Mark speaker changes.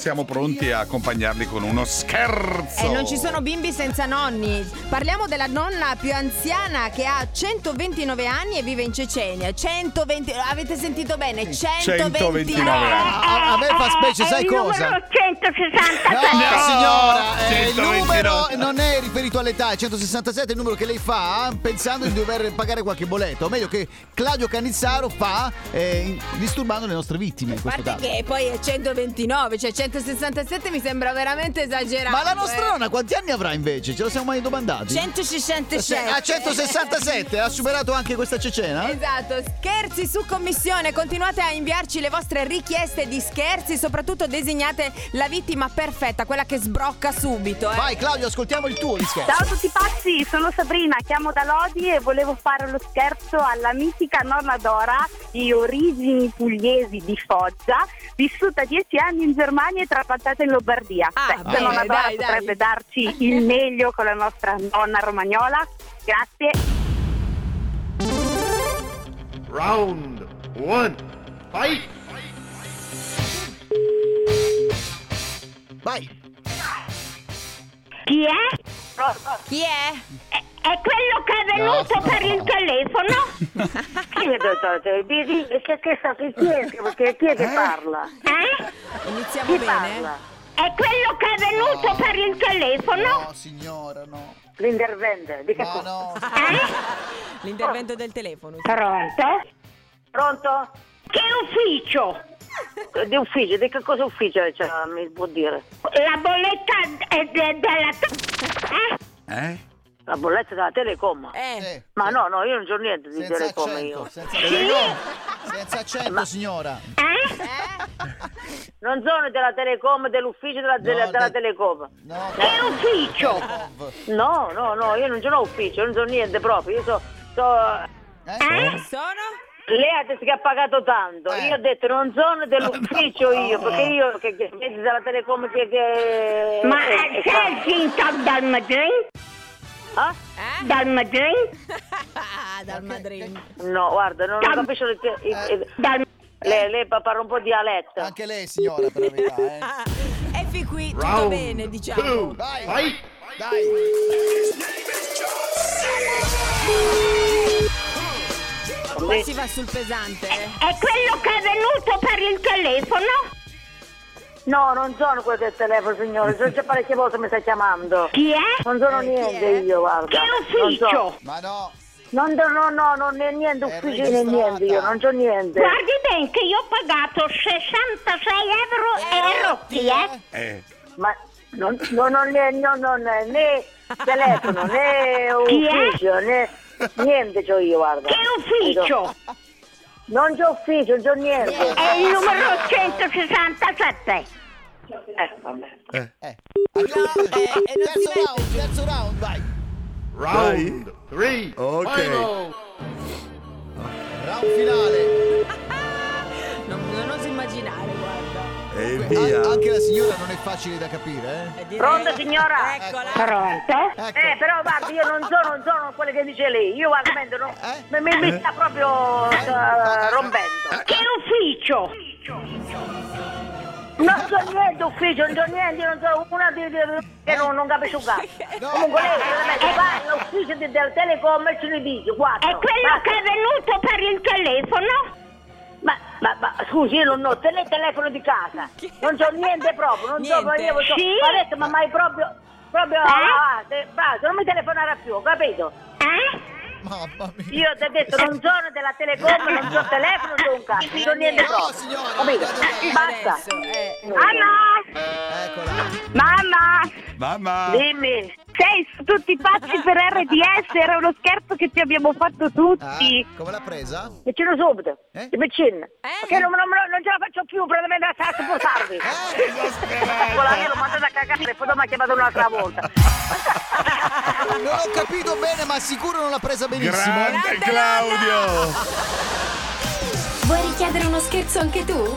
Speaker 1: siamo pronti a accompagnarli con uno scherzo.
Speaker 2: E Eh, non ci sono bimbi senza nonni. Parliamo della nonna più anziana che ha 129 anni e vive in Cecenia. 120 Avete sentito bene? Ah! 129
Speaker 1: anni.
Speaker 3: A, a me fa specie,
Speaker 4: È
Speaker 3: sai
Speaker 4: il
Speaker 3: cosa?
Speaker 4: numero 167.
Speaker 3: No, signora, eh, il
Speaker 1: 129.
Speaker 3: numero non è riferito all'età, è 167 è il numero che lei fa pensando di dover pagare qualche bolletta, o meglio che Claudio Canizzaro fa eh, in- disturbando le nostre vittime in
Speaker 2: A
Speaker 3: questo
Speaker 2: parte
Speaker 3: caso.
Speaker 2: che poi è 129, cioè 167 mi sembra veramente esagerato.
Speaker 3: Ma la
Speaker 2: eh.
Speaker 3: nostra nonna quanti anni avrà invece? Ce lo siamo mai domandati? Eh,
Speaker 2: 167.
Speaker 3: a 167 ha superato anche questa cecena?
Speaker 2: Esatto, scherzi su commissione, continuate a inviarci le vostre richieste di scherzi, soprattutto designate la vittima perfetta, quella che sbrocca subito. eh.
Speaker 3: Vai Claudio, ascoltiamo il tuo di scherzo.
Speaker 4: Ciao a tutti pazzi, sono Sabrina, chiamo da Lodi e volevo fare lo scherzo alla mitica nonna Dora di origini pugliesi di Foggia, vissuta dieci anni in Germania e trapiantata in Lombardia.
Speaker 2: Ah,
Speaker 4: Beh,
Speaker 2: bene,
Speaker 4: se nonna Dora
Speaker 2: dai, dai.
Speaker 4: potrebbe darci il meglio con la nostra nonna romagnola. Grazie.
Speaker 5: Round one, fight!
Speaker 3: Vai.
Speaker 4: Chi è? È
Speaker 2: Chi è?
Speaker 4: quello che è
Speaker 3: venuto No. per il
Speaker 4: telefono?
Speaker 6: Chi è che parla?
Speaker 4: Eh?
Speaker 2: Iniziamo bene.
Speaker 4: È quello che è venuto per il telefono?
Speaker 3: No, signora, no.
Speaker 6: L'intervento. Di che
Speaker 3: Ma no.
Speaker 2: Eh? L'intervento del telefono.
Speaker 4: Pronto?
Speaker 6: Pronto?
Speaker 4: Che ufficio?
Speaker 6: Di ufficio, di che cosa ufficio cioè, mi può dire?
Speaker 4: La bolletta è de- della... Eh?
Speaker 1: Eh?
Speaker 6: La bolletta della telecom.
Speaker 2: Eh,
Speaker 3: Eh,
Speaker 6: Ma no, no, io non c'ho niente di
Speaker 3: senza
Speaker 6: telecom
Speaker 3: accento,
Speaker 6: io.
Speaker 3: senza accento. Senza accento, signora.
Speaker 4: Eh?
Speaker 6: Non sono della telecom, dell'ufficio della, della,
Speaker 3: No,
Speaker 6: della
Speaker 3: de-
Speaker 6: telecom.
Speaker 3: No, Eh?
Speaker 4: Che ufficio?
Speaker 3: Telecom.
Speaker 6: No, no, no, io non ce l'ho ufficio, non so niente proprio. Io so. so Certo.
Speaker 3: Eh?
Speaker 2: sono?
Speaker 6: lei ha detto che ha pagato tanto,
Speaker 3: Eh.
Speaker 6: io ho detto non sono dell'ufficio io, perché io che, che invece della telecom che. che
Speaker 4: Ma
Speaker 6: eh, eh,
Speaker 4: sei finto dal Madrid?
Speaker 6: ah?
Speaker 2: Eh? Ah,
Speaker 4: Dal Madrid?
Speaker 2: Dal Madrid.
Speaker 6: eh. No, guarda, non lo
Speaker 4: Dam-
Speaker 6: capisco. le te- i-
Speaker 3: Eh.
Speaker 6: i-
Speaker 4: Dal...
Speaker 6: Lei, lei pa- parla un po' di dialetto.
Speaker 3: Anche lei, signora, per la verità, eh.
Speaker 2: E fin qui tutto
Speaker 5: Round
Speaker 2: bene, diciamo.
Speaker 5: two,
Speaker 3: Vai.
Speaker 5: fight!
Speaker 3: Dai.
Speaker 2: Qua si va sul pesante. eh.
Speaker 4: È quello che è venuto per il telefono?
Speaker 6: No, non sono quel del telefono, signore. Sono già parecchie volte mi sta chiamando.
Speaker 4: Chi è?
Speaker 6: Non sono
Speaker 2: Eh, chi
Speaker 6: niente
Speaker 2: è?
Speaker 6: io, guarda.
Speaker 4: Che
Speaker 6: Non so.
Speaker 4: ufficio? Eh,
Speaker 3: Ma no.
Speaker 6: Non, do- no, no, non è
Speaker 3: È
Speaker 6: niente ufficio né niente io, non c'ho niente.
Speaker 4: Guardi bene che io ho pagato 66 euro e rotti, eh?
Speaker 1: Eh.
Speaker 6: Ma non, non, non è non- non è né telefono né
Speaker 4: Chi è?
Speaker 6: ufficio né niente c'ho io, guarda.
Speaker 4: Che ufficio?
Speaker 6: Non c'ho ufficio, non c'ho niente.
Speaker 4: È il numero 167.
Speaker 6: Eh, vabbè.
Speaker 3: Eh.
Speaker 2: eh, eh, non si
Speaker 3: terzo
Speaker 2: mette
Speaker 3: round, terzo round, vai.
Speaker 5: Round three,
Speaker 1: Okay.
Speaker 5: final!
Speaker 3: Round finale.
Speaker 2: Non, non oso immaginare, guarda.
Speaker 1: E
Speaker 3: An-
Speaker 1: via.
Speaker 3: anche la signora non è facile da capire,
Speaker 2: Eh, direi-
Speaker 6: Pronto, signora?
Speaker 2: Eccola.
Speaker 4: Pronto?
Speaker 3: eh. Ecco.
Speaker 6: Eh, però guarda, io non sono, non sono quelle che dice lei, io guarda, veramente non, mi, mi- mi sta proprio eh, rompendo.
Speaker 4: Che ufficio?
Speaker 6: Non so niente ufficio, non so niente, io non so una di, di- che non, non capisce un cazzo.
Speaker 2: Eh,
Speaker 3: No.
Speaker 6: Comunque lei veramente va all'ufficio di- del telecom e ce ne dice,
Speaker 4: È
Speaker 6: guarda.
Speaker 4: quello che è venuto per il telefono?
Speaker 6: Ma, ma, ma scusi, io non ho il telefono di casa, non so niente proprio, non so,
Speaker 2: Niente.
Speaker 6: io non so,
Speaker 4: Sì.
Speaker 6: ma adesso mi hai proprio, proprio, ah, te- basta, non mi telefonerà più, capito?
Speaker 4: Eh?
Speaker 3: Mamma mia.
Speaker 6: Io ti ho detto non sono della telecom, non so telefono, non so un cazzo, non so niente
Speaker 3: No,
Speaker 6: proprio.
Speaker 3: signora,
Speaker 6: Capito?
Speaker 3: guarda-
Speaker 6: Basta. Ah,
Speaker 2: Adesso, eh.
Speaker 4: Mamma!
Speaker 3: Eccola.
Speaker 4: Ah, Mamma!
Speaker 1: Mamma.
Speaker 6: Dimmi.
Speaker 4: Sei su tutti pazzi per RDS, era uno scherzo che ti abbiamo fatto tutti.
Speaker 3: Ah, come l'ha presa?
Speaker 6: Mi giro subito,
Speaker 3: Eh?
Speaker 6: mi cin,
Speaker 2: Eh?
Speaker 6: perché non, non, non ce la faccio più, praticamente la sta a sopportarvi.
Speaker 3: Eh?
Speaker 6: Quella io l'ho mandata a cagare e poi mi ha chiamato un'altra volta.
Speaker 3: Non ho capito bene, ma sicuro non l'ha presa benissimo.
Speaker 1: Grande Claudio.
Speaker 7: Vuoi richiedere uno scherzo anche tu?